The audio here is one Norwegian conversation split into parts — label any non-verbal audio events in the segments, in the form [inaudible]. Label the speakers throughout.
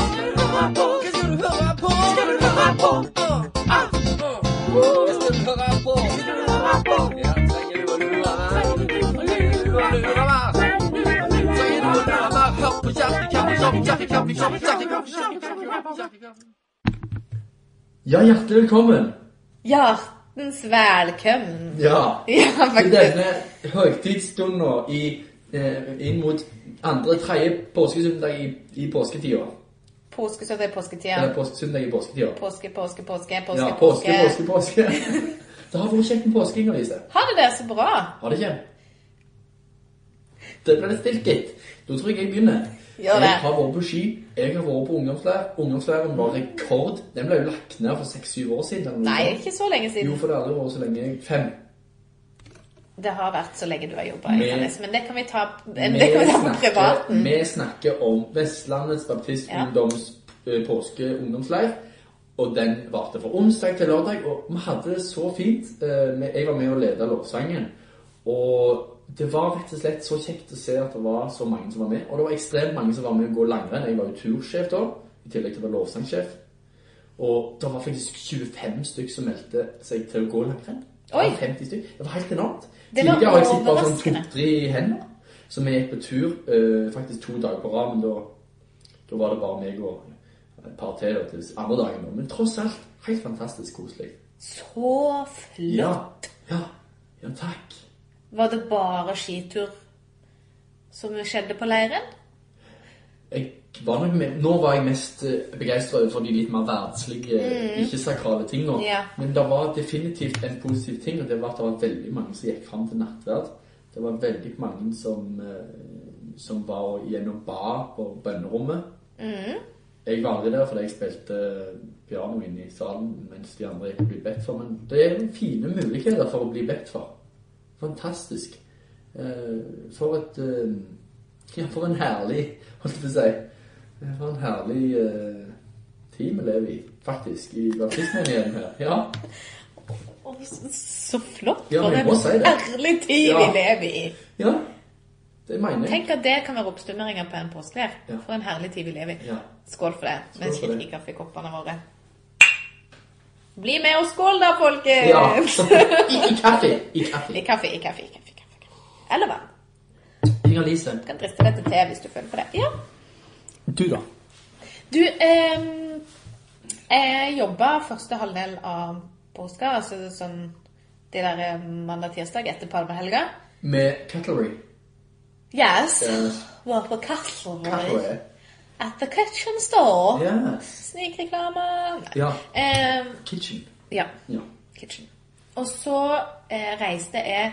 Speaker 1: hører på. Hva skal du høre på? Hva skal du høre på? Ah, ah, oh. Hva skal du høre på? Hva skal du høre på? Ja, trenger du å lure meg? Trenger du å lure meg? Trenger du å lure meg? Hør på kjerkekaffe, kjerkekaffe, kjerkekaffe.
Speaker 2: Ja, hjertelig velkommen.
Speaker 3: Hjertens velkommen. [laughs]
Speaker 2: Ja.
Speaker 3: Ja,
Speaker 2: Til
Speaker 3: faktisk.
Speaker 2: denne høytidsstunden i, eh, inn mot andre, tredje påskesøndag i, i påsketida.
Speaker 3: Påskesøndag er påsketida.
Speaker 2: Eller påskesøndag i påsketida.
Speaker 3: Påske, påske, påske, påske,
Speaker 2: Ja, påske, påske,
Speaker 3: [laughs]
Speaker 2: påske. Det har vært kjekt med påsking, Lise.
Speaker 3: Har det der så bra.
Speaker 2: Har det ikke? Det ble litt stilt, gitt. Da tror jeg jeg begynner.
Speaker 3: Gjør det.
Speaker 2: Jeg har vært på ski. Jeg har vært på ungdomsleir. Ungdomsleiren var rekord. Den ble jo lagt ned for seks-syv år siden. eller noe
Speaker 3: Nei,
Speaker 2: sånt.
Speaker 3: ikke så lenge
Speaker 2: Jo,
Speaker 3: siden.
Speaker 2: for det har aldri vært så lenge. Fem.
Speaker 3: Det har vært så lenge du har jobba.
Speaker 2: Med-
Speaker 3: Men det kan vi ta, det kan vi ta på privaten.
Speaker 2: vi snakker om Vestlandets baptistungdoms eh, påskeungdomsleir. Og den varte fra onsdag til lørdag, og vi hadde det så fint. Eh, vi- Jeg var med og leda lovsangen. Og det var rett og slett så kjekt å se at det var så mange som var med. Og det var ekstremt mange som var med å gå langrenn. Jeg var jo tursjef da, i tillegg til å være lovsangsjef. Og det var faktisk 25 stykk som meldte seg til å gå langrenn. Det var
Speaker 3: Oi.
Speaker 2: 50 stykk. Det var helt enormt.
Speaker 3: Det var
Speaker 2: Tidligere har jeg sett bare sånn
Speaker 3: overraskende.
Speaker 2: to-tre hender. Så vi gikk på tur eh, faktisk to dager på rad, men da, da var det bare meg og et par til da, til andre dagen. da. Men tross alt helt fantastisk koselig.
Speaker 3: Så
Speaker 2: Ja.
Speaker 3: flott.
Speaker 2: Ja. Ja, takk.
Speaker 3: Var det bare skitur som skjedde på leiren?
Speaker 2: Jeg var nok med, nå var jeg mest eh, begeistra for de litt mer verdslige, eh, ikke-sakrale tinga.
Speaker 3: Ja.
Speaker 2: Men det var definitivt en positiv ting, og det var at det var veldig mange som gikk fram til nattverd. Det var veldig mange som, eh, som var gjennom bar på bønnerommet. Jeg var aldri der fordi jeg spilte eh, piano inne i salen mens de andre ikke ble bedt for. Men det er noen fine muligheter for å bli bedt for. Fantastisk. Eh, For et eh, Ja, for en herlig Holdt jeg på å si. eh, For en herlig eh, tid vi lever i, faktisk, i baptistmenigheten her. Ja.
Speaker 3: Å, så, så flott.
Speaker 2: Ja,
Speaker 3: For
Speaker 2: men jeg
Speaker 3: en
Speaker 2: må si det.
Speaker 3: herlig tid vi
Speaker 2: Ja.
Speaker 3: lever i.
Speaker 2: ja. Det mener jeg.
Speaker 3: Tenk at det kan være oppsummeringer på en påskeleir.
Speaker 2: Ja.
Speaker 3: For en herlig tid vi lever i.
Speaker 2: Ja.
Speaker 3: Skål for det. Med
Speaker 2: for det.
Speaker 3: skikkelig kaffekoppene våre. Bli med og skål, da, folkens!
Speaker 2: Ja. I, i kaffe. I
Speaker 3: [laughs] I
Speaker 2: kaffe.
Speaker 3: kaffe, i kaffe, i kaffe. i kaffe, i kaffe. Eller vann.
Speaker 2: Inger-Lise.
Speaker 3: Du kan driste deg til te hvis du føler på det. Ja.
Speaker 2: Du, da?
Speaker 3: Du, ehm, jeg jobba første halvdel av påska, altså sånn de der mandag-tirsdag etter palmehelga.
Speaker 2: Med cutlery.
Speaker 3: Yes.
Speaker 2: Yes.
Speaker 3: Var på Castleberry.
Speaker 2: Cutlery.
Speaker 3: At the kitchen store.
Speaker 2: Yes.
Speaker 3: Snikreklame. Nei.
Speaker 2: Ja.
Speaker 3: Ehm,
Speaker 2: Kitchen.
Speaker 3: ja.
Speaker 2: Ja.
Speaker 3: Kitchen. Og så eh, reiste jeg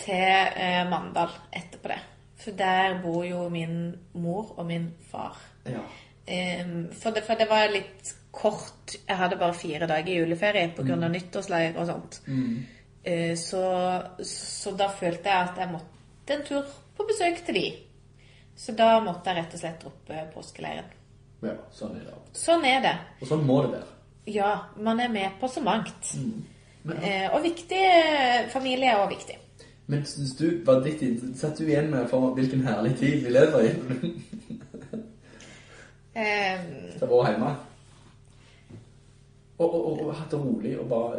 Speaker 3: til eh, Mandal etterpå det. For der bor jo min mor og min far.
Speaker 2: ja.
Speaker 3: Ehm, for, det, for det var litt kort. Jeg hadde bare fire dager juleferie pga. av nyttårsleir og sånt. Eh, så, så da følte jeg at jeg måtte en tur på besøk til de. Så da måtte jeg rett og slett droppe påskeleiren.
Speaker 2: Ja, sånn er det ofte.
Speaker 3: Sånn er det.
Speaker 2: Og sånn må det være.
Speaker 3: Ja, man er med på så mangt.
Speaker 2: Mm. Men,
Speaker 3: Eh, og viktig. eh, Familie er også viktig.
Speaker 2: men synes du, hva ditt inn- satt du igjen med for hvilken herlig tid vi lever i?
Speaker 3: Eh,
Speaker 2: Det var hjemme. Og, og, og, og hatt det rolig og bare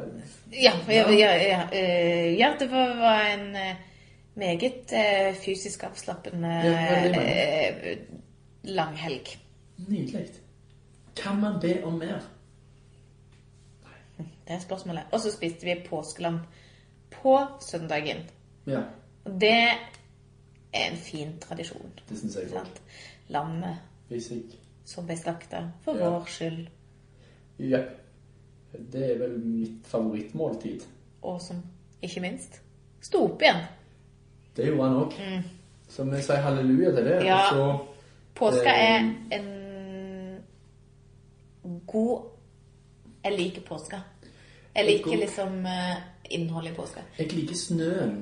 Speaker 3: ja, ja, ja, ja, eh, ja, det var, var en eh, meget eh, fysisk avslappende
Speaker 2: Ja, veldig meget.
Speaker 3: eh, langhelg.
Speaker 2: Nydelig. Kan man be om mer?
Speaker 3: Det er spørsmålet. Og så spiste vi påskelam på søndagen.
Speaker 2: Ja,
Speaker 3: Og det er en fin tradisjon.
Speaker 2: det syns jeg òg.
Speaker 3: Sant? Lammet
Speaker 2: Hvis jeg
Speaker 3: som ble slakta for
Speaker 2: Ja.
Speaker 3: vår skyld,
Speaker 2: Ja. Det er vel mitt favorittmåltid.
Speaker 3: og som ikke minst sto opp igjen.
Speaker 2: Det gjorde han òg. Så vi sier halleluja til det.
Speaker 3: Mm. Ja.
Speaker 2: Og så
Speaker 3: Påska
Speaker 2: Eh.
Speaker 3: er en god Jeg liker påska. Jeg liker
Speaker 2: God-
Speaker 3: liksom eh, innholdet i påska.
Speaker 2: Jeg liker snøen,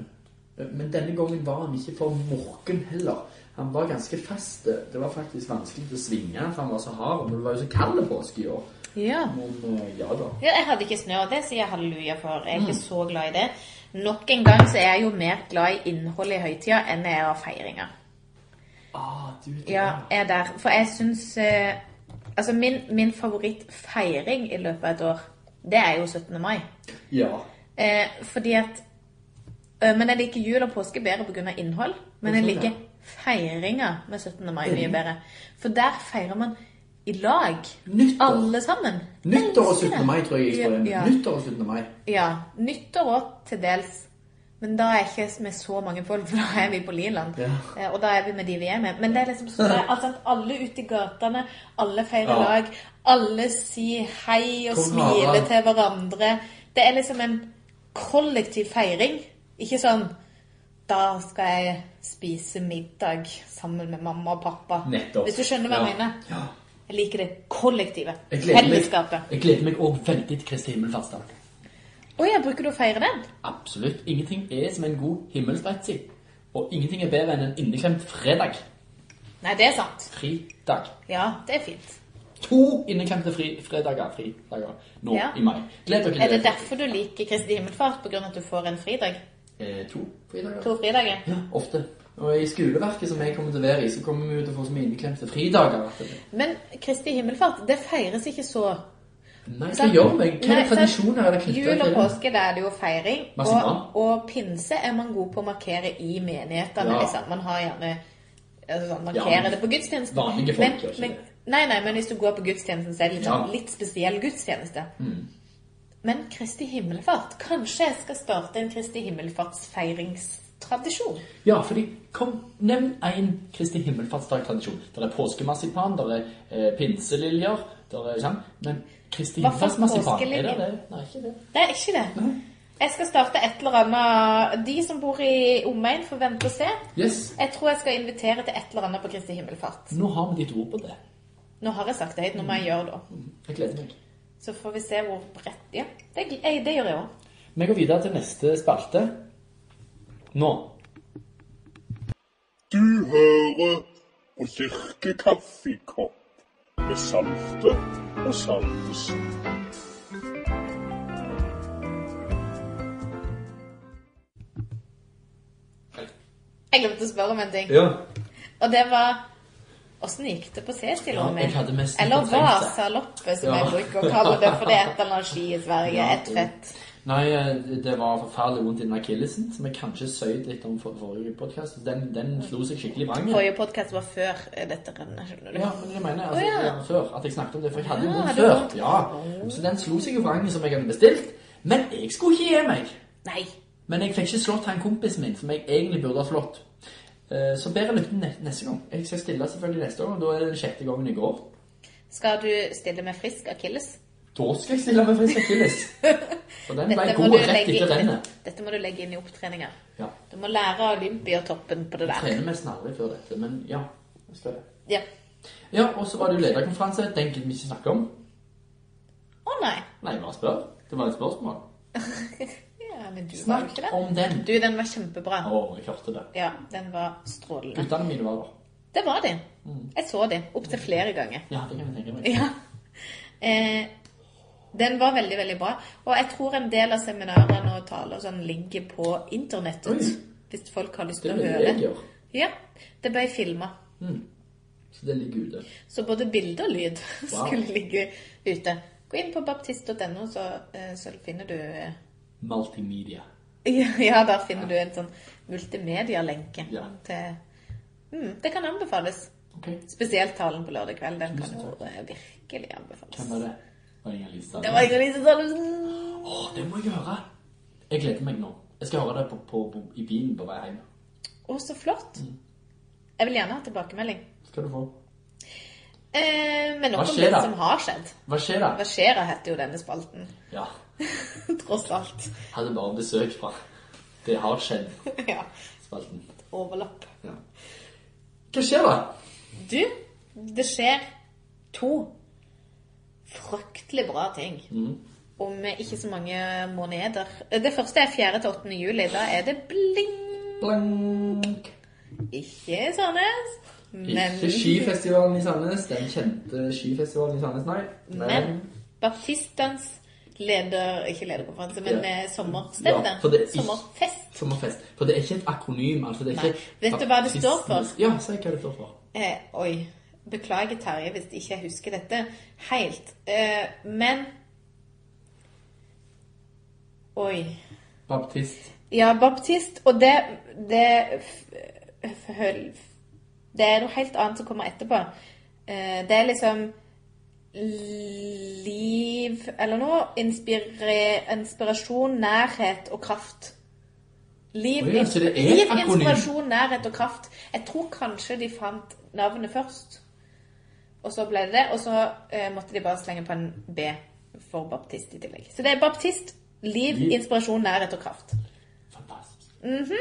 Speaker 2: men denne gangen var han ikke for morken heller. Han var ganske fast. Det var faktisk vanskelig å svinge, for han var så hard. Men det var jo så kald påske i år.
Speaker 3: Ja.
Speaker 2: Men eh, ja da.
Speaker 3: Ja, jeg hadde ikke snø, og det sier jeg halleluja for. Jeg er ikke så glad i det. Nok en gang så er jeg jo mer glad i innholdet i høytida enn jeg er av feiringer.
Speaker 2: Ah, du, det
Speaker 3: Ja,
Speaker 2: var-
Speaker 3: jeg er der. For jeg syns eh, Altså, min, min favorittfeiring i løpet av et år, det er jo 17. mai.
Speaker 2: Ja.
Speaker 3: Eh, fordi at eh, Men jeg liker jul og påske bedre pga. innhold. Men jeg
Speaker 2: Hvorfor
Speaker 3: liker
Speaker 2: det?
Speaker 3: feiringa med 17. mai
Speaker 2: Mm.
Speaker 3: mye bedre. For der feirer man i lag.
Speaker 2: Nyttår.
Speaker 3: Alle sammen.
Speaker 2: Nyttår og
Speaker 3: Elsker det.
Speaker 2: 17. mai, tror jeg jeg står igjen. med.
Speaker 3: Ja,
Speaker 2: Nyttår og 17. mai.
Speaker 3: ja. Nyttår òg, til dels. Men da er jeg ikke med så mange folk, for da er vi på Liland.
Speaker 2: Ja.
Speaker 3: Eh, Og da er vi med de vi er med. Men det er liksom sånn at altså, at alle ute i gatene, alle feirer
Speaker 2: Ja.
Speaker 3: lag, alle sier hei og
Speaker 2: Kong
Speaker 3: smiler
Speaker 2: Harald.
Speaker 3: til hverandre. Det er liksom en kollektiv feiring. Ikke sånn da skal jeg spise middag sammen med mamma og pappa.
Speaker 2: Nettopp.
Speaker 3: Hvis du skjønner hva jeg
Speaker 2: Ja.
Speaker 3: mener.
Speaker 2: Ja.
Speaker 3: Jeg liker det kollektive.
Speaker 2: Jeg gleder meg,
Speaker 3: Fellesskapet.
Speaker 2: jeg gleder meg også veldig til Kristi himmelfartsdag.
Speaker 3: Å ja, bruker du å feire den?
Speaker 2: Absolutt. Ingenting er som en god himmelsbreitsi. Og ingenting er bedre enn en inneklemt fredag.
Speaker 3: Nei, det er sant.
Speaker 2: Fridag.
Speaker 3: Ja, det er fint.
Speaker 2: To inneklemte fri fredager, fridager nå
Speaker 3: Ja.
Speaker 2: i mai. Gled dere til
Speaker 3: Er det derfor du liker Kristi himmelfart? På grunn av at du får en fridag?
Speaker 2: Eh, to fridager.
Speaker 3: To fridager?
Speaker 2: Ja, ofte. Og i skoleverket som jeg kommer til å være i, så kommer vi jo til å få så mye inneklemte fridager. at det-
Speaker 3: Men Kristi himmelfart, det feires ikke så
Speaker 2: Nei, hva
Speaker 3: Sant?
Speaker 2: gjør vi? Hva
Speaker 3: Nei,
Speaker 2: er
Speaker 3: sant?
Speaker 2: tradisjoner er det knyttet
Speaker 3: Jul og påske, da er det jo feiring.
Speaker 2: Masse
Speaker 3: Og,
Speaker 2: mann.
Speaker 3: og pinse er man god på å markere i menighetene.
Speaker 2: Ja.
Speaker 3: Liksom. Man har gjerne altså, sånn,
Speaker 2: Ja,
Speaker 3: markerer
Speaker 2: men
Speaker 3: det på gudstjenesten.
Speaker 2: vanlige folk gjør ikke
Speaker 3: men,
Speaker 2: det.
Speaker 3: Nei, nei, men hvis du går på gudstjenesten, så er det litt, sånn,
Speaker 2: Ja. Mm.
Speaker 3: litt spesiell gudstjeneste. Men Kristi himmelfart Kanskje jeg skal starte en Kristi himmelfartsfeiringstradisjon?
Speaker 2: Ja, fordi kom, nevn en Kristi himmelfartsdag-tradisjon. Der er påskemarsipan, der er eh, pinseliljer, der er sånn. Men Kristi
Speaker 3: Hva for
Speaker 2: himmelfartsmarsipan, er det det?
Speaker 3: påskeliljer?
Speaker 2: Nei, ikke det.
Speaker 3: Det er ikke det. Jeg skal starte et eller annet De som bor i omegn, får vente og se.
Speaker 2: Yes,
Speaker 3: Jeg tror jeg skal invitere til et eller annet på Kristi himmelfart.
Speaker 2: nå har vi ditt ord på det.
Speaker 3: Nå har jeg sagt det høyt, nå må jeg gjøre det.
Speaker 2: Jeg gleder meg.
Speaker 3: Så får vi se hvor bredt Ja, det, gl- jeg, det gjør jeg òg.
Speaker 2: Vi går videre til neste spalte. Nå.
Speaker 4: Du hører på kirkekaffekopp med Salte og Saltesen.
Speaker 3: Jeg glemte å spørre om en ting.
Speaker 2: Ja.
Speaker 3: Og det var Åssen gikk det på
Speaker 2: Ja,
Speaker 3: C-stiloen
Speaker 2: jeg hadde
Speaker 3: min?
Speaker 2: mest
Speaker 3: Eller
Speaker 2: fortrengt det.
Speaker 3: Vasaloppet, som
Speaker 2: Ja.
Speaker 3: jeg bruker å kalle det, for det er et eller annet ski i Sverige.
Speaker 2: Ja.
Speaker 3: Et fett.
Speaker 2: Nei, eh, det var forferdelig vondt innen akillesen, som jeg kanskje søyd litt om for, forrige podkast. Den, den slo seg skikkelig vrang.
Speaker 3: Forrige podkast var før eh, dette rennet, skjønner du.
Speaker 2: Ja, men jeg mener altså,
Speaker 3: Å, ja.
Speaker 2: ja, før, at jeg snakket om det, for jeg hadde jo
Speaker 3: Ja,
Speaker 2: vondt
Speaker 3: hadde du
Speaker 2: før.
Speaker 3: vondt?
Speaker 2: Ja. Så den slo seg jo vrangen som jeg hadde bestilt. Men jeg skulle ikke gi meg.
Speaker 3: Nei.
Speaker 2: Men jeg fikk ikke slått han kompisen min, som jeg egentlig burde ha slått. Eh, Så bedre lykke til ne- neste gang. Jeg skal stille selvfølgelig neste gang, og da er det den sjette gangen jeg går.
Speaker 3: Skal du stille med frisk akilles?
Speaker 2: Da skal jeg stille meg for en
Speaker 3: [laughs]
Speaker 2: akilles. Og den ble
Speaker 3: Dette må,
Speaker 2: god
Speaker 3: du
Speaker 2: rett
Speaker 3: legge,
Speaker 2: etter
Speaker 3: inn-
Speaker 2: rennet.
Speaker 3: dette må du legge inn i opptreninga.
Speaker 2: Ja.
Speaker 3: Du må lære Olympiatoppen på det der.
Speaker 2: Trener nesten aldri før dette, men ja. Jeg skal det.
Speaker 3: Ja.
Speaker 2: Ja, og så var det jo lederkonferanse. Den gidder vi ikke snakke om.
Speaker 3: Å nei. [laughs]
Speaker 2: Nei, bare spør. Det var et spørsmål.
Speaker 3: Ja, men du var jo
Speaker 2: Snakk
Speaker 3: ikke den.
Speaker 2: om den.
Speaker 3: Du, den var kjempebra.
Speaker 2: Å, jeg hørte det.
Speaker 3: Ja, den var strålende.
Speaker 2: Guttene mine var der.
Speaker 3: Det var de.
Speaker 2: Mm.
Speaker 3: Jeg så de opptil flere ganger.
Speaker 2: Ja, det kan jeg tenke meg.
Speaker 3: Ja. Eh, den var veldig, veldig bra. Og jeg tror en del av seminarene og taler og sånn ligger på internettet.
Speaker 2: Oi.
Speaker 3: Hvis folk har lyst
Speaker 2: Det
Speaker 3: til å
Speaker 2: vil
Speaker 3: høre.
Speaker 2: jeg gjøre.
Speaker 3: Ja. Det ble filma.
Speaker 2: Så det ligger ute.
Speaker 3: Så både bilde og lyd [laughs]
Speaker 2: Wow.
Speaker 3: skulle ligge ute. Gå inn på baptist.no, så, eh, så finner du eh, [laughs]
Speaker 2: Multimedia.
Speaker 3: Ja, der finner du en sånn multimedialenke
Speaker 2: Ja.
Speaker 3: til mm, Det kan anbefales.
Speaker 2: Ok.
Speaker 3: Spesielt talen på lørdag kveld. Den kan jo eh, virkelig anbefales.
Speaker 2: Hvem er det? Var det Inger-Lise Sandnes?
Speaker 3: Det var ikke Lise Salvesen.
Speaker 2: Å, det må jeg høre! Jeg gleder meg nå. Jeg skal høre det på, på, på, i bilen på vei hjem.
Speaker 3: Å, så flott.
Speaker 2: Mm.
Speaker 3: Jeg vil gjerne ha tilbakemelding.
Speaker 2: Skal du få.
Speaker 3: Eh, men
Speaker 2: Hva
Speaker 3: nok om
Speaker 2: skjer
Speaker 3: det
Speaker 2: da?
Speaker 3: som har skjedd.
Speaker 2: Hva skjer da?
Speaker 3: Hva skjer da, heter jo denne spalten. [laughs]
Speaker 2: Ja.
Speaker 3: Tross alt. [laughs]
Speaker 2: Hadde bare besøk fra Det har skjedd.
Speaker 3: ja.
Speaker 2: Spalten.
Speaker 3: Overlapp.
Speaker 2: Ja. Hva skjer da?
Speaker 3: Du, det skjer to fryktelig bra ting.
Speaker 2: Mm.
Speaker 3: Om ikke så mange måneder. Det første er 4. til 8. juli. Da er det bling!
Speaker 2: Blank.
Speaker 3: Ikke i Sandnes, men,
Speaker 2: Ikke skifestivalen i Sandnes. Den kjente skifestivalen i Sandnes, nei.
Speaker 3: men baptistens leder... Ikke lederkonferanse, men
Speaker 2: Ja.
Speaker 3: eh,
Speaker 2: Ja,
Speaker 3: sommerstevne.
Speaker 2: for det er ikke-
Speaker 3: Sommerfest.
Speaker 2: Sommerfest. For det er ikke et akronym. altså det er
Speaker 3: Nei.
Speaker 2: ikke...
Speaker 3: Vet du hva det står for?
Speaker 2: Ja, si hva det står for.
Speaker 3: Eh, oi. Beklager, Terje, hvis ikke jeg husker dette helt. Eh, men Oi.
Speaker 2: Baptist.
Speaker 3: Ja, baptist, og det Det, f- f- høl- det er noe helt annet som kommer etterpå. Eh, Det er liksom liv eller noe. Inspire, inspirasjon, nærhet og kraft. Liv,
Speaker 2: Oi, ja, så det er
Speaker 3: liv,
Speaker 2: et akronym.
Speaker 3: inspirasjon, nærhet og kraft. Jeg tror kanskje de fant navnet først. Og så ble det det, og så eh, måtte de bare slenge på en B for baptist i tillegg. Så det er baptist, liv,
Speaker 2: Liv.
Speaker 3: inspirasjon, nærhet og kraft.
Speaker 2: Fantastisk.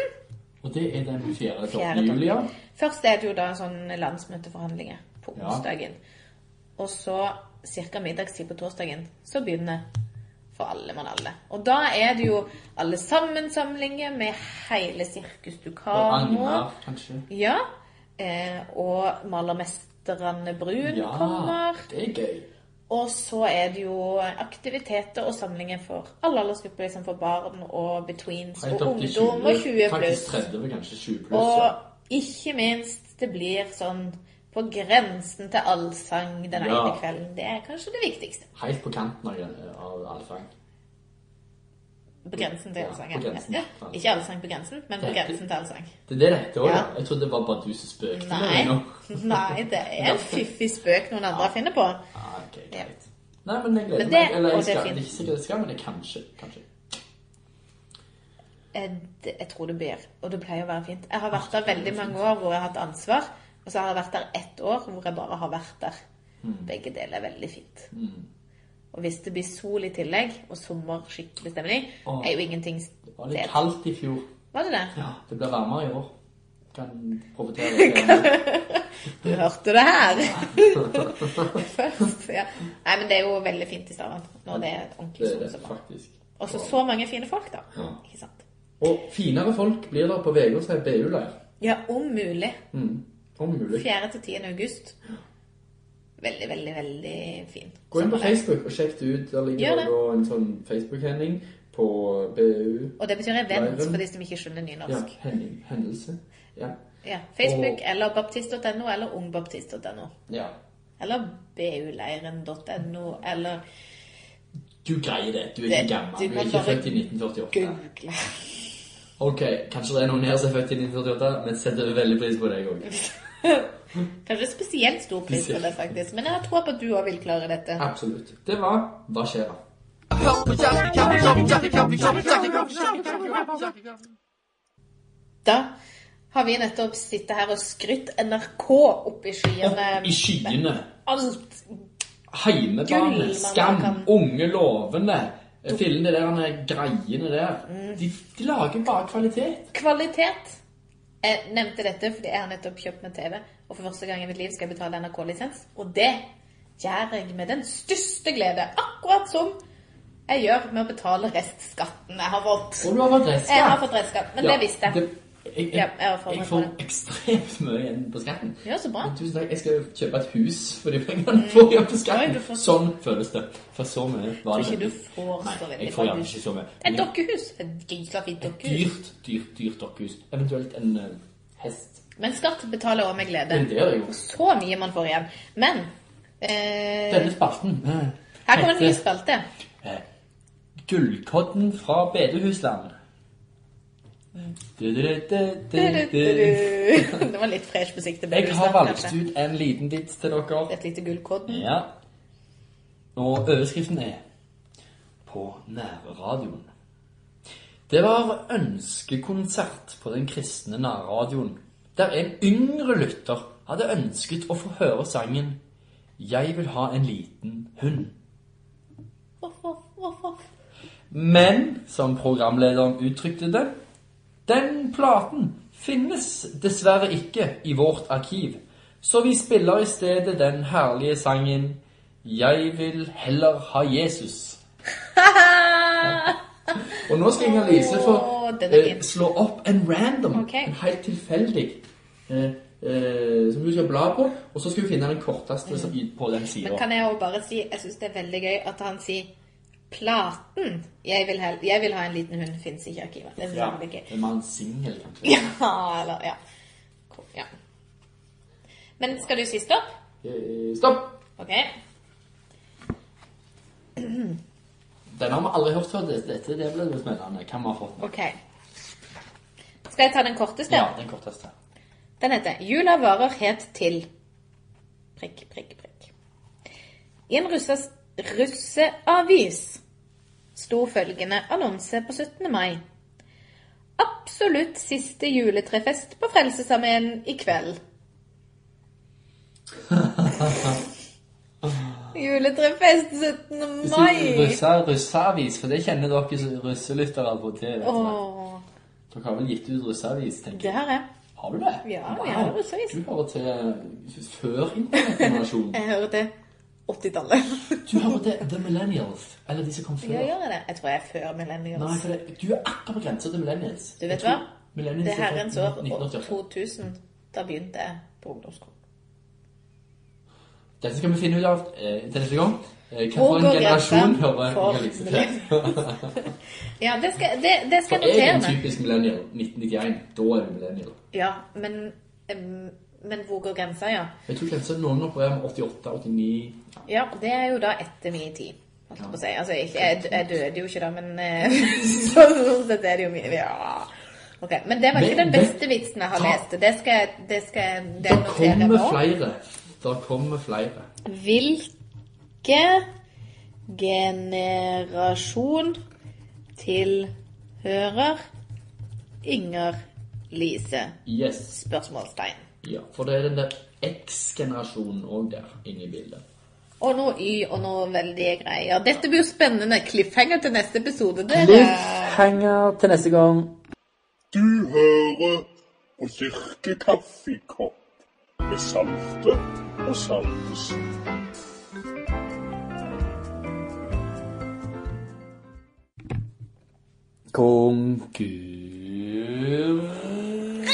Speaker 2: Og det er den fjerde
Speaker 3: Mhm. Fjerde
Speaker 2: toppen, Julia.
Speaker 3: toppen. Først er det jo da sånn landsmøteforhandlinger på
Speaker 2: Ja.
Speaker 3: onsdagen. Og så ca. middagstid på torsdagen så begynner for alle mann alle. Og da er det jo alle sammensamlinger med hele Sirkus
Speaker 2: Og
Speaker 3: Ducamo.
Speaker 2: Agnar, kanskje.
Speaker 3: Ja. Eh, og Malermesterne Brun
Speaker 2: Ja,
Speaker 3: kommer.
Speaker 2: det er gøy.
Speaker 3: Og så er det jo aktiviteter og samlinger for alle aldersgrupper. Liksom for barn og betweens
Speaker 2: Helt
Speaker 3: og
Speaker 2: opp til
Speaker 3: ungdom og 20 pluss.
Speaker 2: Faktisk 30, kanskje 20 pluss. ja.
Speaker 3: Og ikke minst, det blir sånn på grensen til allsang den
Speaker 2: Ja.
Speaker 3: ene kvelden. Det er kanskje det viktigste.
Speaker 2: Helt på kanten av av allsang.
Speaker 3: På grensen til
Speaker 2: Ja,
Speaker 3: allsang.
Speaker 2: på
Speaker 3: ja.
Speaker 2: grensen.
Speaker 3: Ja. Ikke allsang på grensen, men på grensen til allsang.
Speaker 2: Det er det dette òg, ja.
Speaker 3: Ja.
Speaker 2: Jeg trodde det var bare du som spøkte med
Speaker 3: Nei.
Speaker 2: meg nå.
Speaker 3: Nei, det
Speaker 2: [laughs]
Speaker 3: er en fiffig spøk noen andre finner på.
Speaker 2: Ah, ok,
Speaker 3: Ja.
Speaker 2: greit. Nei, men jeg gleder
Speaker 3: Men det-
Speaker 2: meg. Eller
Speaker 3: og
Speaker 2: jeg
Speaker 3: det er
Speaker 2: skal, det
Speaker 3: fint.
Speaker 2: er ikke sikkert jeg skal, men jeg kanskje. kanskje.
Speaker 3: Jeg, det- jeg tror det blir, og det pleier å være fint. Jeg har vært der veldig mange år hvor jeg har hatt ansvar, og så har jeg vært der ett år hvor jeg bare har vært der.
Speaker 2: Mm.
Speaker 3: Begge deler er veldig fint. Og hvis det blir sol i tillegg, og sommer skikkelig stemning,
Speaker 2: Åh.
Speaker 3: er jo ingenting
Speaker 2: Det var litt
Speaker 3: bedre.
Speaker 2: kaldt i fjor.
Speaker 3: Var det det?
Speaker 2: Ja, Det blir varmere i år. Kan
Speaker 3: [laughs]
Speaker 2: profitere.
Speaker 3: Du hørte det
Speaker 2: [laughs]
Speaker 3: her! Først, ja. Nei, men det er jo veldig fint i Stavern når det er et ordentlig
Speaker 2: Det er det,
Speaker 3: solsommer.
Speaker 2: faktisk.
Speaker 3: Og så så mange fine folk, da.
Speaker 2: Ja.
Speaker 3: Ikke sant?
Speaker 2: Og finere folk blir der på Vegårs BU-leir.
Speaker 3: Ja, om mulig.
Speaker 2: Mm. Om mulig.
Speaker 3: 4. til 10. august. Veldig, veldig, veldig fin.
Speaker 2: Gå inn på
Speaker 3: sommerleir.
Speaker 2: Facebook og sjekk det ut. Der
Speaker 3: Gjør
Speaker 2: ligger
Speaker 3: det.
Speaker 2: det også en sånn Facebook-hending på BU.
Speaker 3: Og det betyr event
Speaker 2: Leiren.
Speaker 3: for de som ikke skjønner
Speaker 2: Ja,
Speaker 3: nynorsk.
Speaker 2: hending, hendelse. Ja.
Speaker 3: Ja, Facebook
Speaker 2: Og-
Speaker 3: eller baptist.no eller ungbaptist.no.
Speaker 2: ja.
Speaker 3: Eller buleiren.no eller
Speaker 2: Du greier det. Du er
Speaker 3: Det-
Speaker 2: ikke gammel.
Speaker 3: du
Speaker 2: Du
Speaker 3: kan
Speaker 2: er ikke
Speaker 3: bare
Speaker 2: født i 1948.
Speaker 3: Google.
Speaker 2: Ok, kanskje det er noen her som er født i 1948, men setter veldig pris på deg òg.
Speaker 3: Kanskje spesielt stor pris på det, faktisk. Men jeg har tro på at du òg vil klare dette.
Speaker 2: Absolutt. Det var Hva skjer da?
Speaker 3: Da har vi nettopp sittet her og skrytt NRK opp i skyene.
Speaker 2: Opp i skyene.
Speaker 3: Alt. Gull,
Speaker 2: Heimebane,
Speaker 3: man
Speaker 2: Skam,
Speaker 3: kan-
Speaker 2: Unge lovende. Fillen det der med greiene der.
Speaker 3: Mm.
Speaker 2: De, de lager bare kvalitet.
Speaker 3: Kvalitet. Jeg nevnte dette fordi jeg har nettopp kjøpt meg TV, og for første gang i mitt liv skal jeg betale NRK-lisens. Og det gjør jeg med den største glede. Akkurat som jeg gjør med å betale restskatten jeg har fått.
Speaker 2: Og du har fått redskap.
Speaker 3: Jeg har fått restskatt, men
Speaker 2: Ja,
Speaker 3: det visste jeg.
Speaker 2: det- jeg,
Speaker 3: Ja,
Speaker 2: jeg,
Speaker 3: jeg har
Speaker 2: jeg,
Speaker 3: fått med
Speaker 2: får
Speaker 3: på
Speaker 2: ekstremt mye igjen på skatten.
Speaker 3: Ja, så bra. Mm.
Speaker 2: Men Tusen takk. Jeg skal kjøpe et hus for de pengene jeg får igjen på
Speaker 3: Oi,
Speaker 2: skatten.
Speaker 3: du får-
Speaker 2: Sånn føles det. For så mye var
Speaker 3: Tror
Speaker 2: det.
Speaker 3: ikke du får
Speaker 2: Nei,
Speaker 3: så veldig
Speaker 2: jeg får
Speaker 3: bra
Speaker 2: gjerne
Speaker 3: hus.
Speaker 2: ikke så mye.
Speaker 3: Det er et dokkehus. Et grisla fint dokkehus.
Speaker 2: Dyrt, dyrt, dyrt dokkhus. Eventuelt en eh, hest.
Speaker 3: Men skatt betaler òg med glede.
Speaker 2: Men det er det jo.
Speaker 3: Så mye man får igjen. Men eh,
Speaker 2: Denne spalten eh,
Speaker 3: her kommer en ny
Speaker 2: heter,
Speaker 3: spalte.
Speaker 2: eh, Gullkodden fra Bedehusland. Du-du-du-du-du-du.
Speaker 3: [laughs] Det var litt fresh musikk. til
Speaker 2: Jeg har
Speaker 3: Bluesland,
Speaker 2: valgt
Speaker 3: kanskje.
Speaker 2: ut en liten vits til dere.
Speaker 3: Et lite gullkodden.
Speaker 2: Ja. Og overskriften er På nærradioen. Det var ønskekonsert på den kristne nærradioen, der en yngre lytter hadde ønsket å få høre sangen 'Jeg vil ha en liten hund'.
Speaker 3: Voff, voff, voff, voff.
Speaker 2: Men, som programlederen uttrykte det, den platen finnes dessverre ikke i vårt arkiv, så vi spiller i stedet den herlige sangen «Jeg vil heller ha Jesus». Og nå skal Inger-Lise få
Speaker 3: Åh, den er
Speaker 2: eh,
Speaker 3: fin.
Speaker 2: slå opp en random,
Speaker 3: Ok.
Speaker 2: en helt tilfeldig, eh, eh, som hun skal bla på, og så skal hun finne den korteste som- i- på den siden.
Speaker 3: Men kan jeg òg bare si Jeg syns det er veldig gøy at han sier Platen 'Jeg vil, hel jeg vil ha en liten hund' fins ikke i arkivet. Det synes jeg
Speaker 2: Ja,
Speaker 3: er veldig gøy. [laughs]
Speaker 2: en mann single, kanskje.
Speaker 3: Ja, eller, ja. Kom, ja. Men skal du si stopp?
Speaker 2: Eh, Stopp!
Speaker 3: OK.
Speaker 2: Den har vi aldri hørt før. Det- Dette det ble litt spennende. Hva vi har fått nå.
Speaker 3: ok. Skal jeg ta den korteste?
Speaker 2: Ja, den korteste.
Speaker 3: Den heter 'Jula varer helt til' prikk, prikk, prikk. I en russas russeavis sto følgende annonse på 17. mai. Absolutt siste juletrefest på Frelsesarmeen i [laughs] kveld. Juletrefest 17. mai!
Speaker 2: Russa- Russeavis, for det kjenner dere som russelyttere på TV. vet dere.
Speaker 3: Åh,
Speaker 2: Dere har vel gitt ut russeavis, tenker jeg.
Speaker 3: det har jeg.
Speaker 2: Har du det?
Speaker 3: Ja, vi har russeavis.
Speaker 2: Du hører til f- før
Speaker 3: [laughs]
Speaker 2: internettinformasjonen.
Speaker 3: Jeg hører til 80-tallet.
Speaker 2: Du hører til The Millennials, eller de som kom før.
Speaker 3: Jeg gjør det. Jeg tror jeg er
Speaker 2: Nei,
Speaker 3: før millennials.
Speaker 2: for det, du er akkurat på grensa til Millennials.
Speaker 3: Du vet
Speaker 2: Jeg tror
Speaker 3: hva?
Speaker 2: Millennials
Speaker 3: Det er
Speaker 2: er fra
Speaker 3: herrens år
Speaker 2: 1988.
Speaker 3: 2000. Da begynte jeg på ungdomsskolen.
Speaker 2: Dette skal vi finne ut av eh, til neste gang. Eh, hva
Speaker 3: Hvor
Speaker 2: for en
Speaker 3: går
Speaker 2: generasjon
Speaker 3: grensen
Speaker 2: hører
Speaker 3: for
Speaker 2: Millennials til?
Speaker 3: millennials? Ja, det skal, det, det skal
Speaker 2: Jeg er
Speaker 3: jeg
Speaker 2: en
Speaker 3: notere meg.
Speaker 2: typisk millennial. 1991. Da er du millennial.
Speaker 3: Ja, men, em, men hvor går grensa, ja?
Speaker 2: Jeg tror grensa noen opererer med 88, 89
Speaker 3: Ja, det er jo da etter min tid. holdt jeg på å Si. Altså, jeg, jeg, jeg døde jo ikke da, men eh, [laughs] så, sånn sett er det jo mye Ja. Ok, Men det var ikke
Speaker 2: Men
Speaker 3: den
Speaker 2: det-
Speaker 3: beste vitsen jeg har
Speaker 2: Ta-
Speaker 3: lest. Det skal jeg det skal, jeg- det
Speaker 2: Det
Speaker 3: noterer jeg
Speaker 2: kommer
Speaker 3: nå.
Speaker 2: flere. Det kommer flere.
Speaker 3: Hvilke generasjon tilhører Inger Lise?
Speaker 2: Yes.
Speaker 3: Spørsmålstegn.
Speaker 2: Ja, for det er den der X-generasjonen òg der inne i bildet.
Speaker 3: Og noe Y og noe veldige greier. Dette blir jo spennende. Cliffhanger til neste episode. Dere.
Speaker 2: Cliffhanger til neste gang.
Speaker 4: Du hører på kirkekaffekopp med salte og sandesen.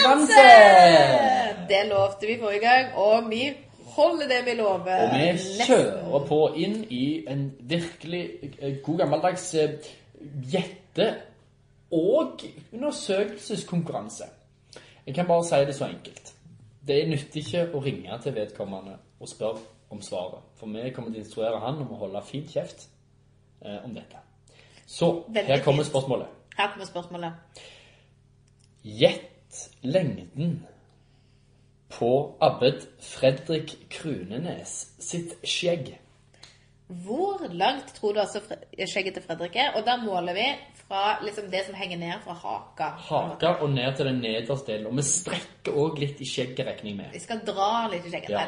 Speaker 2: Konkurranse!
Speaker 3: Det lovte vi forrige gang, og vi holder det vi lover.
Speaker 2: Og vi
Speaker 3: Nesten.
Speaker 2: kjører på inn i en virkelig eh, god gammeldags eh, gjette- og undersøkelseskonkurranse. Jeg kan bare si det så enkelt. Det nytter ikke å ringe til vedkommende og spørre om svaret. For vi kommer til å instruere han om å holde fin kjeft eh, om dette. Så
Speaker 3: Veldig
Speaker 2: her kommer
Speaker 3: fint.
Speaker 2: spørsmålet.
Speaker 3: Her kommer spørsmålet.
Speaker 2: Gjett lengden på Abed Fredrik Krunenes sitt skjegg.
Speaker 3: Hvor langt tror du altså Fre- skjegget til Fredrik er? Og da måler vi fra liksom, det som henger ned fra haka.
Speaker 2: haka og ned til den nederste delen. Og vi strekker òg litt i skjegget, regner jeg med.
Speaker 3: Vi skal dra litt i skjegget.
Speaker 2: Ja.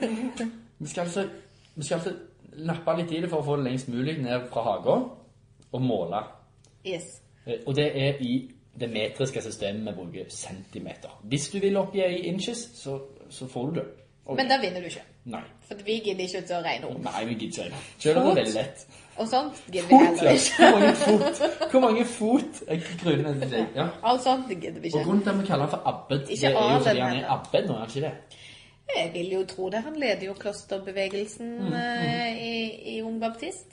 Speaker 3: Neida.
Speaker 2: Vi skal altså, vi skal altså nappe litt i det for å få det lengst mulig ned fra haka, og måle.
Speaker 3: Yes.
Speaker 2: Eh, Og det er i det metriske systemet vi bruker centimeter. Hvis du vil oppgi i inches, så, så får du det. Og-
Speaker 3: Men da vinner du ikke.
Speaker 2: Nei.
Speaker 3: For vi gidder ikke å regne opp.
Speaker 2: Nei, vi gidder ikke. Selv om det er veldig lett.
Speaker 3: Og sånt gidder vi
Speaker 2: Fot,
Speaker 3: heller
Speaker 2: ja.
Speaker 3: ikke.
Speaker 2: Hvor mange fot? Hvor mange fot? Jeg gruer meg til det. Ja.
Speaker 3: Alt sånt gidder vi
Speaker 2: Og
Speaker 3: ikke.
Speaker 2: grunnen til at vi kaller han for Abbed, det
Speaker 3: Ikke
Speaker 2: er jo fordi
Speaker 3: Abed,
Speaker 2: han
Speaker 3: men-
Speaker 2: er Abbed nå, er han ikke det?
Speaker 3: Jeg vil jo tro det. Han leder jo klosterbevegelsen
Speaker 2: Mm,
Speaker 3: eh, i, i Ung Baptist.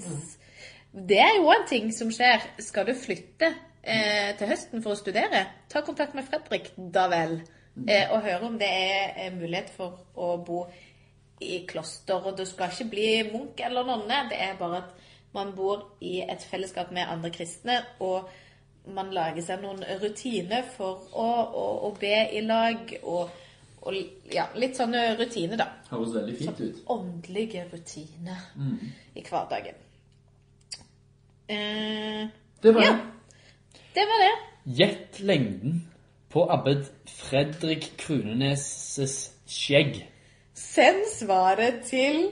Speaker 3: Det er jo en ting som skjer. Skal du flytte eh, til høsten for å studere, ta kontakt med Fredrik, da vel.
Speaker 2: Mm.
Speaker 3: Eh, og hør om det er eh, mulighet for å bo i kloster. Og du skal ikke bli munk eller nonne. Det er bare at man bor i et fellesskap med andre kristne. og man lager seg noen rutiner for å, å, å be i lag og, og ja, litt sånne rutiner, da
Speaker 2: Høres veldig fint ut.
Speaker 3: åndelige rutine
Speaker 2: Mm.
Speaker 3: i hverdagen. Eh,
Speaker 2: Det var
Speaker 3: Ja.
Speaker 2: det.
Speaker 3: det var det.
Speaker 2: Gjett lengden på abbed Fredrik Krunenes' skjegg.
Speaker 3: Send svaret til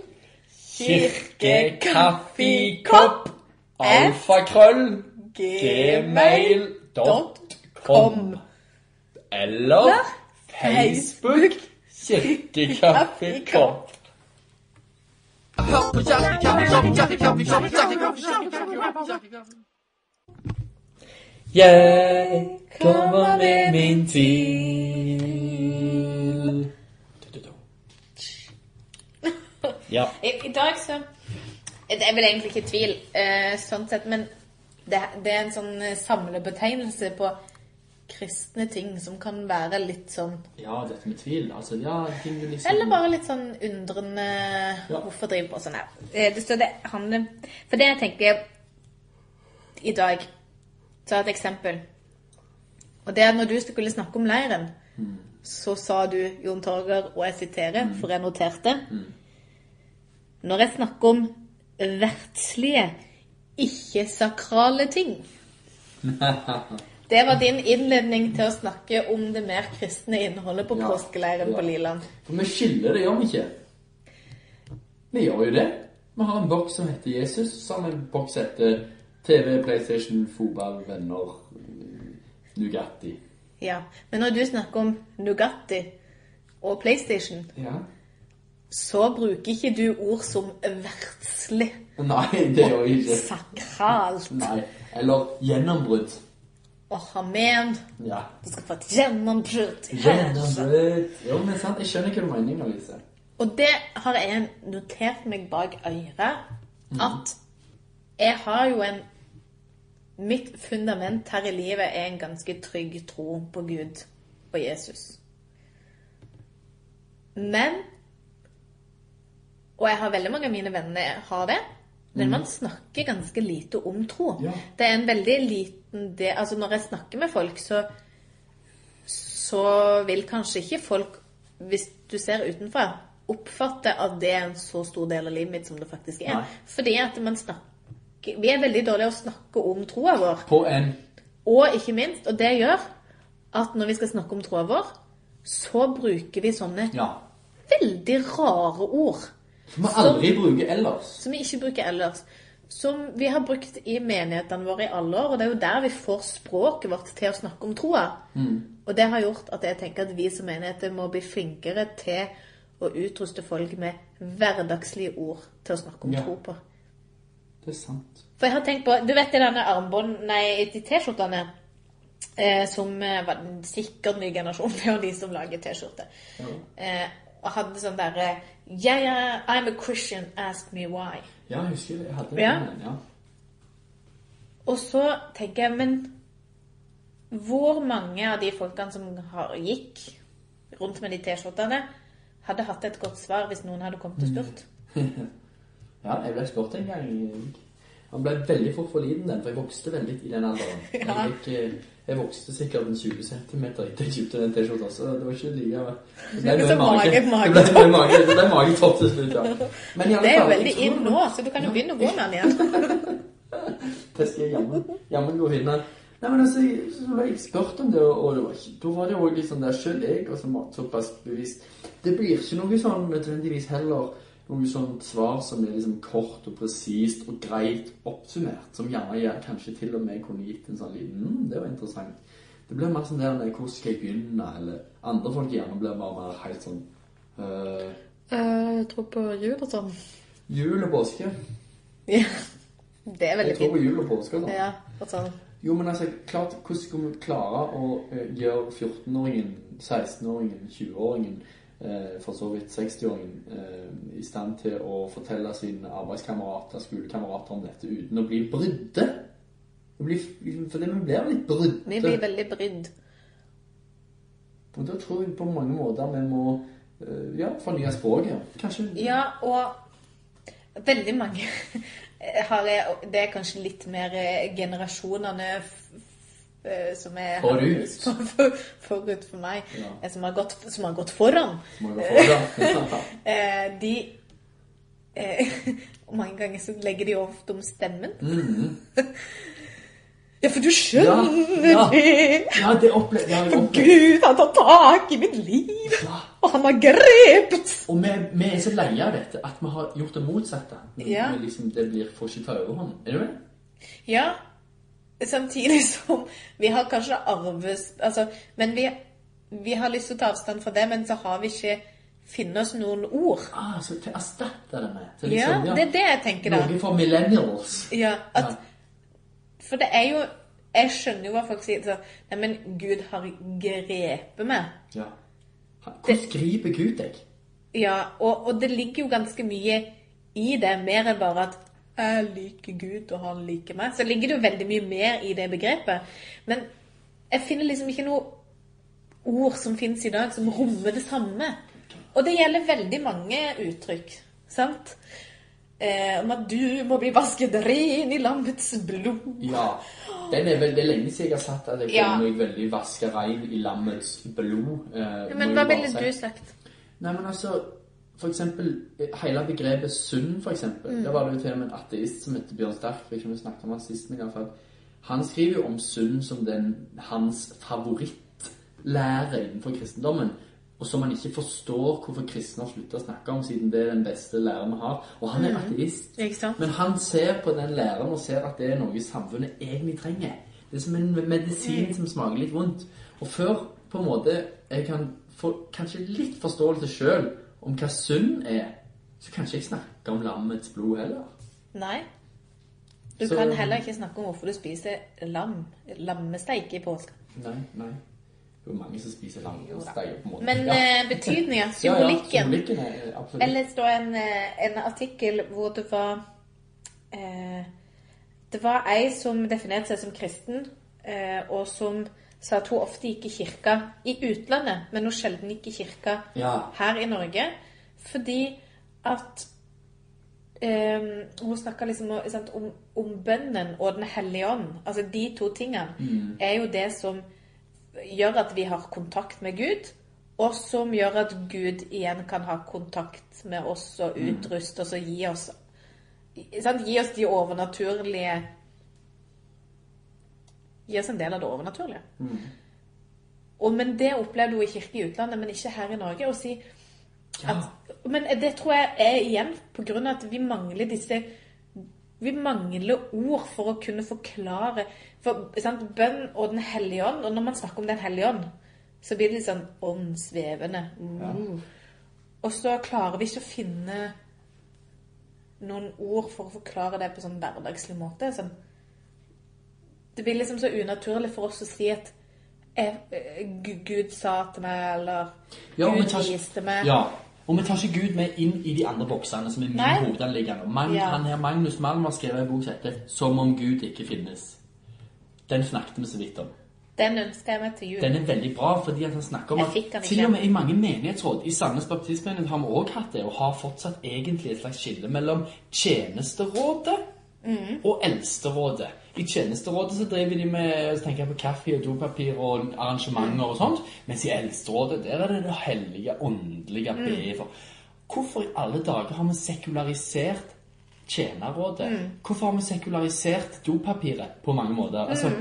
Speaker 2: Kirkekaffekopp! Alfakrøll! Gmail.com. Eller Facebook Kirkekaffekopp. Jeg kommer med min tvil. [laughs] Ja.
Speaker 3: I, I dag så Det er vel egentlig ikke tvil, eh, sånn sett, men det, det er en sånn eh, samlebetegnelse på kristne ting som kan være litt sånn
Speaker 2: Ja, dette med tvil. Altså, ja, ting du liksom
Speaker 3: Eller bare litt sånn undrende
Speaker 2: Ja.
Speaker 3: Hvorfor driver på sånn her? Eh, Det står det handler For det jeg tenker i dag Ta et eksempel. Og det er at når du skulle snakke om leiren,
Speaker 2: Mm.
Speaker 3: så sa du, Jon Torger, og jeg siterer, for jeg noterte
Speaker 2: Mm.
Speaker 3: Når jeg snakker om verdslige, ikke-sakrale ting
Speaker 2: [laughs]
Speaker 3: Det var din innledning til å snakke om det mer kristne innholdet på
Speaker 2: Ja.
Speaker 3: påskeleiren
Speaker 2: Ja.
Speaker 3: på Liland.
Speaker 2: For vi skiller det, gjør vi ikke? Vi gjør jo det. Vi har en boks som heter Jesus, så har vi en boks som heter TV, PlayStation, fotball, venner, Nugatti.
Speaker 3: Ja, men når du snakker om Nugatti og PlayStation,
Speaker 2: Ja.
Speaker 3: så bruker ikke du ord som verdslig,
Speaker 2: Nei, det gjør vi ikke.
Speaker 3: sakralt
Speaker 2: Nei. Eller gjennombrudd.
Speaker 3: og amen.
Speaker 2: Ja.
Speaker 3: Du skal få et gjennombrudd. her.
Speaker 2: Gjennombrudd. Jo, men sant, jeg skjønner hva du mener, Lise.
Speaker 3: Og det har jeg notert meg bak øret, at jeg har jo en Mitt fundament her i livet er en ganske trygg tro på Gud og Jesus. Men Og jeg har veldig mange av mine venner har det. Men man snakker ganske lite om tro.
Speaker 2: Ja.
Speaker 3: Det er en veldig liten det, Altså når jeg snakker med folk, så så vil kanskje ikke folk, hvis du ser utenfra, oppfatte at det er en så stor del av livet mitt som det faktisk er.
Speaker 2: Nei.
Speaker 3: Fordi at man snakker Vi er veldig dårlige å snakke om troa vår.
Speaker 2: På en
Speaker 3: Og ikke minst, og det gjør at når vi skal snakke om troa vår, så bruker vi sånne
Speaker 2: Ja.
Speaker 3: veldig rare ord
Speaker 2: Som vi aldri bruker ellers.
Speaker 3: som vi ikke bruker ellers. Som vi har brukt i menighetene våre i alle år, og det er jo der vi får språket vårt til å snakke om troa. Og det har gjort at jeg tenker at vi som menigheter må bli flinkere til å utruste folk med hverdagslige ord til å snakke om
Speaker 2: Ja.
Speaker 3: tro på.
Speaker 2: Det er sant.
Speaker 3: For jeg har tenkt på Du vet de denne armbånd... Nei, de T-skjortene eh, som eh, var en sikkert ny generasjon. [laughs] Det var de som lager T-skjorter. Eh, og hadde sånn derre Yeah, yeah, I'm a Christian, ask me why.
Speaker 2: Ja, jeg husker jeg hadde
Speaker 3: Ja.
Speaker 2: den. Ja.
Speaker 3: Og så tenker jeg, men hvor mange av de folkene som har, gikk rundt med de T-skjortene, hadde hatt et godt svar hvis noen hadde kommet og spurt?
Speaker 2: Ja, jeg ble spurt en gang. eh, Han ble veldig fort for liten den, for jeg vokste veldig i den alderen.
Speaker 3: [laughs] Ja.
Speaker 2: Jeg, gikk, eh, jeg vokste sikkert en 20 cm etter jeg kjøpte den T-skjorta, så det var ikke like Det ble
Speaker 3: Så
Speaker 2: mye mage. [laughs]
Speaker 3: mage-
Speaker 2: Det
Speaker 3: mage-
Speaker 2: ble mye mage- det ble magetopp til slutt, ja. Men i alle
Speaker 3: Det er jo
Speaker 2: fall, jeg
Speaker 3: veldig
Speaker 2: tror-
Speaker 3: inn nå, så du kan jo begynne å gå med den igjen.
Speaker 2: Det skal jeg jammen, jammen gå og finne. Nei, men altså, jeg- så ble jeg spurt om det, og og det var ikke, da var det òg litt sånn der sjøl jeg, og som var såpass bevisst Det blir ikke noe sånn nødvendigvis heller noe sånt svar som er liksom kort og presist og greit oppsummert, som gjerne jeg kanskje til og med kunne gitt en sånn liten mm, det var interessant. Det blir mer sånn der nei, hvor skal jeg begynne, eller andre folk gjerne blir bare mer helt sånn øh,
Speaker 3: [laughs] Jeg tror på jul og sånn.
Speaker 2: Jul og påske.
Speaker 3: Ja, det er
Speaker 2: Jeg
Speaker 3: veldig
Speaker 2: tror
Speaker 3: fint.
Speaker 2: på jul og påske. og sånn.
Speaker 3: Ja, og sånn.
Speaker 2: Jo, men altså, klart, hvordan skal vi klare å eh, gjøre 14-åringen, 16-åringen, 20-åringen, eh, for så vidt 60-åringen, eh, i stand til å fortelle sine arbeidskamerater, skolekamerater om dette uten å bli brydde? Vi blir- liksom, Fordi vi blir litt brydde.
Speaker 3: Vi blir veldig brydd.
Speaker 2: Og da tror jeg på mange måter vi må eh, ja, fornye språket. Kanskje
Speaker 3: Ja, og veldig mange [laughs] har jeg, og Det er kanskje litt mer eh, generasjonene f- f- eh, som er
Speaker 2: Forut.
Speaker 3: [laughs] For, for, forut for meg,
Speaker 2: Ja.
Speaker 3: eh, som, har gått, som har gått foran.
Speaker 2: må vi få det.
Speaker 3: [laughs] Eh, de eh, [laughs] og Mange ganger så legger de ofte om stemmen.
Speaker 2: Mm.
Speaker 3: [laughs] Ja, for du skjønner
Speaker 2: Ja, ja.
Speaker 3: det!
Speaker 2: Ja, det opplever jeg.
Speaker 3: For
Speaker 2: Opple
Speaker 3: [laughs] Gud, han tar tak i mitt liv!
Speaker 2: Ja.
Speaker 3: Og han har grepet!
Speaker 2: Og vi, vi er så leie av dette at vi har gjort det motsatte. Vi-
Speaker 3: Ja.
Speaker 2: vi liksom, det blir får ikke ta overhånd. Er du med?
Speaker 3: Ja, samtidig som vi har kanskje arves... Altså, men vi, vi har lyst til å ta avstand fra det, men så har vi ikke funnet oss noen ord.
Speaker 2: Ah, så til å erstatte det med. Til
Speaker 3: Ja,
Speaker 2: liksom, ja,
Speaker 3: det er det jeg tenker da.
Speaker 2: Noe for millennials.
Speaker 3: Ja, at,
Speaker 2: Ja.
Speaker 3: for det er jo... Jeg skjønner jo hva folk sier. sånn, Nei, men Gud har grepet meg.
Speaker 2: Ja. Hvordan griper Gud deg?
Speaker 3: Ja, og, og det ligger jo ganske mye i det, mer enn bare at jeg liker Gud, og han liker meg. Så ligger det jo veldig mye mer i det begrepet. Men Jeg finner liksom ikke noe ord som fins i dag, som rommer det samme. Og det gjelder veldig mange uttrykk, sant? Eh, om at du må bli vasket ren i lammets blod.
Speaker 2: Ja. Den er vel, det er lenge siden jeg har sagt at jeg
Speaker 3: Ja.
Speaker 2: føler meg veldig vaska rein i lammets blod. eh, må
Speaker 3: Men
Speaker 2: jeg
Speaker 3: hva
Speaker 2: bare
Speaker 3: ville
Speaker 2: si.
Speaker 3: du sagt?
Speaker 2: Nei, men altså For eksempel eh, hele begrepet synd, for eksempel. Der var det jo til og med en ateist som heter Bjørn Sterk. Jeg vet ikke om vi snakket om han sist, men i alle fall. Han skriver jo om synd som den, hans favorittlære innenfor kristendommen. Og som han ikke forstår hvorfor kristne har sluttet å snakke om, siden det er den beste læren vi har. Og han er ateist.
Speaker 3: Mm. Ikke sant?
Speaker 2: Men han ser på den læreren og ser at det er noe samfunnet egentlig trenger. Det er som en
Speaker 3: Mm.
Speaker 2: medisin som smaker litt vondt. Og før på en måte jeg kan få kanskje litt forståelse sjøl om hva synd er, så kan ikke jeg snakke om lammets blod heller.
Speaker 3: Nei. Du
Speaker 2: Så-
Speaker 3: kan heller ikke snakke om hvorfor du spiser lam. Lammesteik i påska.
Speaker 2: Nei, nei. Det er jo mange som spiser lammesteier på en måte.
Speaker 3: Men
Speaker 2: Ja.
Speaker 3: eh, betydninga,
Speaker 2: Ja, ja,
Speaker 3: symbolikken
Speaker 2: symbolikken er absolutt
Speaker 3: Jeg leste også en, eh, en artikkel hvor det var eh, Det var ei som definerte seg som kristen, eh, og som sa at hun ofte gikk i kirka i utlandet, men hun sjelden gikk i kirka
Speaker 2: Ja.
Speaker 3: her i Norge. Fordi at eh, Hun snakka liksom om, sant, om, om bønnen og Den hellige ånd. Altså de to tingene er jo det som gjør at vi har kontakt med Gud, og som gjør at Gud igjen kan ha kontakt med oss og utruste oss og gi oss sant? Gi oss de overnaturlige Gi oss en del av det overnaturlige. Og, men det opplevde hun i kirke i utlandet, men ikke her i Norge. Å si
Speaker 2: Ja.
Speaker 3: at, men det tror jeg er igjen på grunn av at vi mangler disse Vi mangler ord for å kunne forklare for, sant, Bønn og Den hellige ånd. Og når man snakker om Den hellige ånd, så blir det litt sånn åndssvevende. Mm. Og så klarer vi ikke å finne noen ord for å forklare det på sånn hverdagslig måte. Sånn. Det blir liksom så unaturlig for oss å si at jeg, eh, Gu- Gud sa til meg, eller
Speaker 2: Ja, og vi
Speaker 3: Gud
Speaker 2: tar,
Speaker 3: viste meg.
Speaker 2: ja. Og vi tar ikke Gud med inn i de andre boksene som er min
Speaker 3: Nei.
Speaker 2: hovedanliggende. Mag
Speaker 3: Ja.
Speaker 2: Han her, Magnus Malm har skrevet en bok som heter 'Som om Gud ikke finnes'. Den snakket vi så vidt om.
Speaker 3: Den ønsker jeg meg til jul.
Speaker 2: Den er veldig bra, fordi at han snakker om
Speaker 3: Jeg
Speaker 2: at
Speaker 3: fikk den ikke.
Speaker 2: til og med i mange menighetsråd I Sandnes Baptistmenighet har vi også hatt det, og har fortsatt egentlig et slags skille mellom tjenesterådet
Speaker 3: Mm.
Speaker 2: og eldsterådet. I tjenesterådet så driver de med så tenker jeg på kaffe og dopapir og arrangementer
Speaker 3: Mm.
Speaker 2: og sånt, mens i eldsterådet der er det det hellige, åndelige
Speaker 3: Mm.
Speaker 2: å be for. Hvorfor i alle dager har vi sekularisert tjenerrådet?
Speaker 3: Mm.
Speaker 2: Hvorfor har vi sekularisert dopapiret på mange måter? Altså,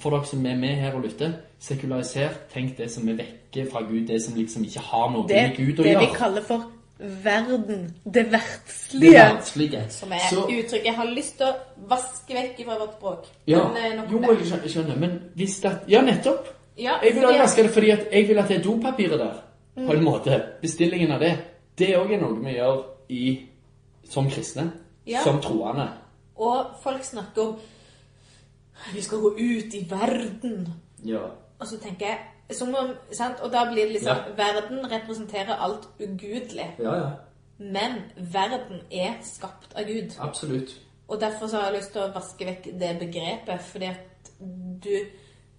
Speaker 2: For dere som er med her og lytter, sekularisert, tenk det som er vekke fra Gud, det som liksom ikke har noe
Speaker 3: det,
Speaker 2: med Gud å
Speaker 3: det
Speaker 2: gjøre.
Speaker 3: vi kaller for verden. Det
Speaker 2: Det
Speaker 3: verdslige.
Speaker 2: verdslige.
Speaker 3: Som er
Speaker 2: Så-
Speaker 3: uttrykk jeg har lyst til å vaske vekk fra vårt språk.
Speaker 2: Ja,
Speaker 3: Men, eh, nok
Speaker 2: jo,
Speaker 3: om
Speaker 2: jeg
Speaker 3: det.
Speaker 2: skjø- skjønner, men hvis det Ja, nettopp.
Speaker 3: Ja,
Speaker 2: jeg vil
Speaker 3: fordi
Speaker 2: også
Speaker 3: at-
Speaker 2: vaske det fordi at jeg vil at det er dopapiret der, på en måte. Bestillingen av det. Det òg er noe vi gjør i, som kristne.
Speaker 3: Ja.
Speaker 2: Som troende.
Speaker 3: Og folk snakker om Vi skal gå ut i verden.
Speaker 2: Ja.
Speaker 3: Og så tenker jeg som om, sant? Og da blir det liksom
Speaker 2: Ja.
Speaker 3: Verden representerer alt ugudelig.
Speaker 2: Ja, ja.
Speaker 3: Men verden er skapt av Gud.
Speaker 2: Absolutt.
Speaker 3: Og derfor så har jeg lyst til å vaske vekk det begrepet, fordi at du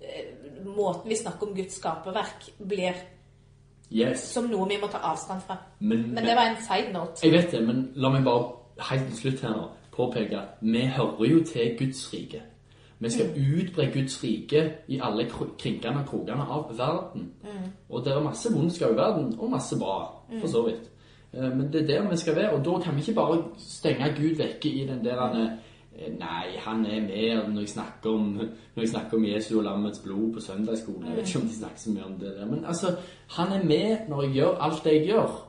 Speaker 3: eh, Måten vi snakker om Guds skaperverk, blir
Speaker 2: Yes.
Speaker 3: som noe vi må ta avstand fra.
Speaker 2: Men-
Speaker 3: Men det var en side note.
Speaker 2: Jeg vet det, men la meg bare helt til slutt her nå påpeke at vi hører jo til Guds rike. Vi skal utbre Guds rike i alle kro- krinkene og krokene av verden. Og det er masse vondskap i verden, og masse bra, for så vidt. Eh, Men det er der vi skal være, og da kan vi ikke bare stenge Gud vekke i den der han er, eh, Nei, han er med når jeg snakker om, når jeg snakker om Jesu og lammets blod på søndagsskolen. Jeg vet ikke om de snakker så mye om det der, men altså, han er med når jeg gjør alt det jeg gjør.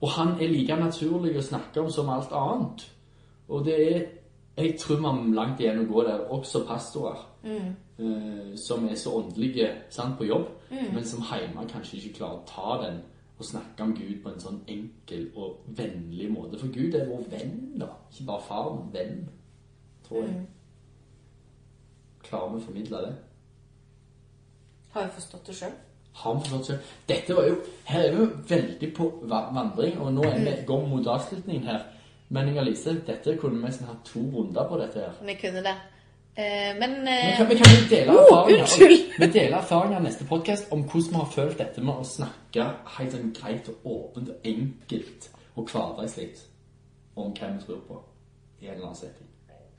Speaker 2: Og han er like naturlig å snakke om som alt annet. Og det er Jeg tror vi har langt igjen å gå der, også pastorer. Eh, som er så åndelige sant, på jobb, men som hjemme kanskje ikke klarer å ta den og snakke om Gud på en sånn enkel og vennlig måte. For Gud er vår venn, da. Ikke bare far, men venn, tror jeg. Klarer vi å formidle det?
Speaker 3: Har vi forstått det sjøl?
Speaker 2: Har vi forstått selv? Dette var jo Her er vi jo veldig på va- vandring, og nå er vi går vi mot avslutningen her. Men Inger Lise, dette kunne vi nesten hatt to runder på dette her.
Speaker 3: Vi kunne det. Eh, men
Speaker 2: Men
Speaker 3: eh,
Speaker 2: kan, men kan vi dele
Speaker 3: Oh,
Speaker 2: erfaringer
Speaker 3: unnskyld.
Speaker 2: [laughs] Vi deler erfaringer i neste podcast om hvordan vi har følt dette med å snakke helt sånn greit og åpent og enkelt og hverdagslig om hva vi tror på i en eller annen setting.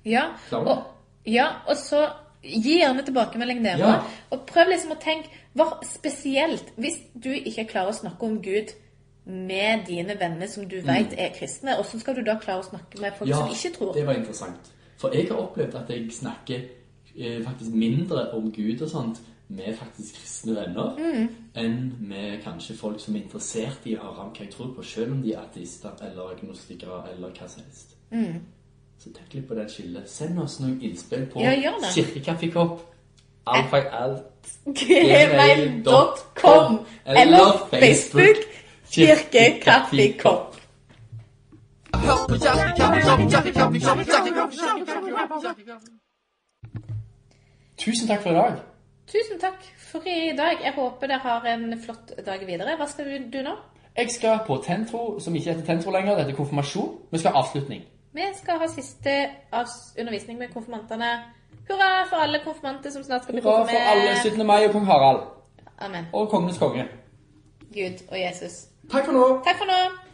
Speaker 3: ja,
Speaker 2: Klar.
Speaker 3: og, ja, og så gi gjerne tilbakemelding der
Speaker 2: Ja.
Speaker 3: også. Og prøv liksom å tenke hva spesielt Hvis du ikke klarer å snakke om Gud med dine venner som
Speaker 2: Mm.
Speaker 3: du vet er kristne, hvordan skal du da klare å snakke med folk som ikke tror?
Speaker 2: det var interessant. For jeg har opplevd at jeg snakker eh, faktisk mindre om Gud og sånt med faktisk kristne venner
Speaker 3: Mm.
Speaker 2: enn med kanskje folk som er interessert i å høre om hva jeg tror på, selv om de er ateister eller agnostikere eller hva som helst.
Speaker 3: Mm.
Speaker 2: Så tenk litt på det skillet. Send oss noen innspill på
Speaker 3: Ja, gjør det.
Speaker 2: kirkekaffekopp. Alfa, alt,
Speaker 3: gmail.com eller Facebook kirkekaffekopp.
Speaker 1: Hør på Kirkekaffekopp, kirkekaffekopp, kirkekaffekopp, kirkekaffekopp.
Speaker 2: Tusen takk for i dag.
Speaker 3: Tusen takk for i dag. Jeg håper dere har en flott dag videre. Hva skal vi- du nå?
Speaker 2: Jeg skal på Tentro, som ikke heter Tentro lenger. Det heter konfirmasjon. Vi skal ha avslutning.
Speaker 3: Vi skal ha siste avs- undervisning med konfirmantene. Hurra for alle konfirmanter som snart skal bli
Speaker 2: Hurra for alle
Speaker 3: konfirmert.
Speaker 2: 17. mai og kong Harald.
Speaker 3: Amen.
Speaker 2: Og kongenes konge.
Speaker 3: Gud og Jesus.
Speaker 2: Takk for nå.
Speaker 3: Takk for nå.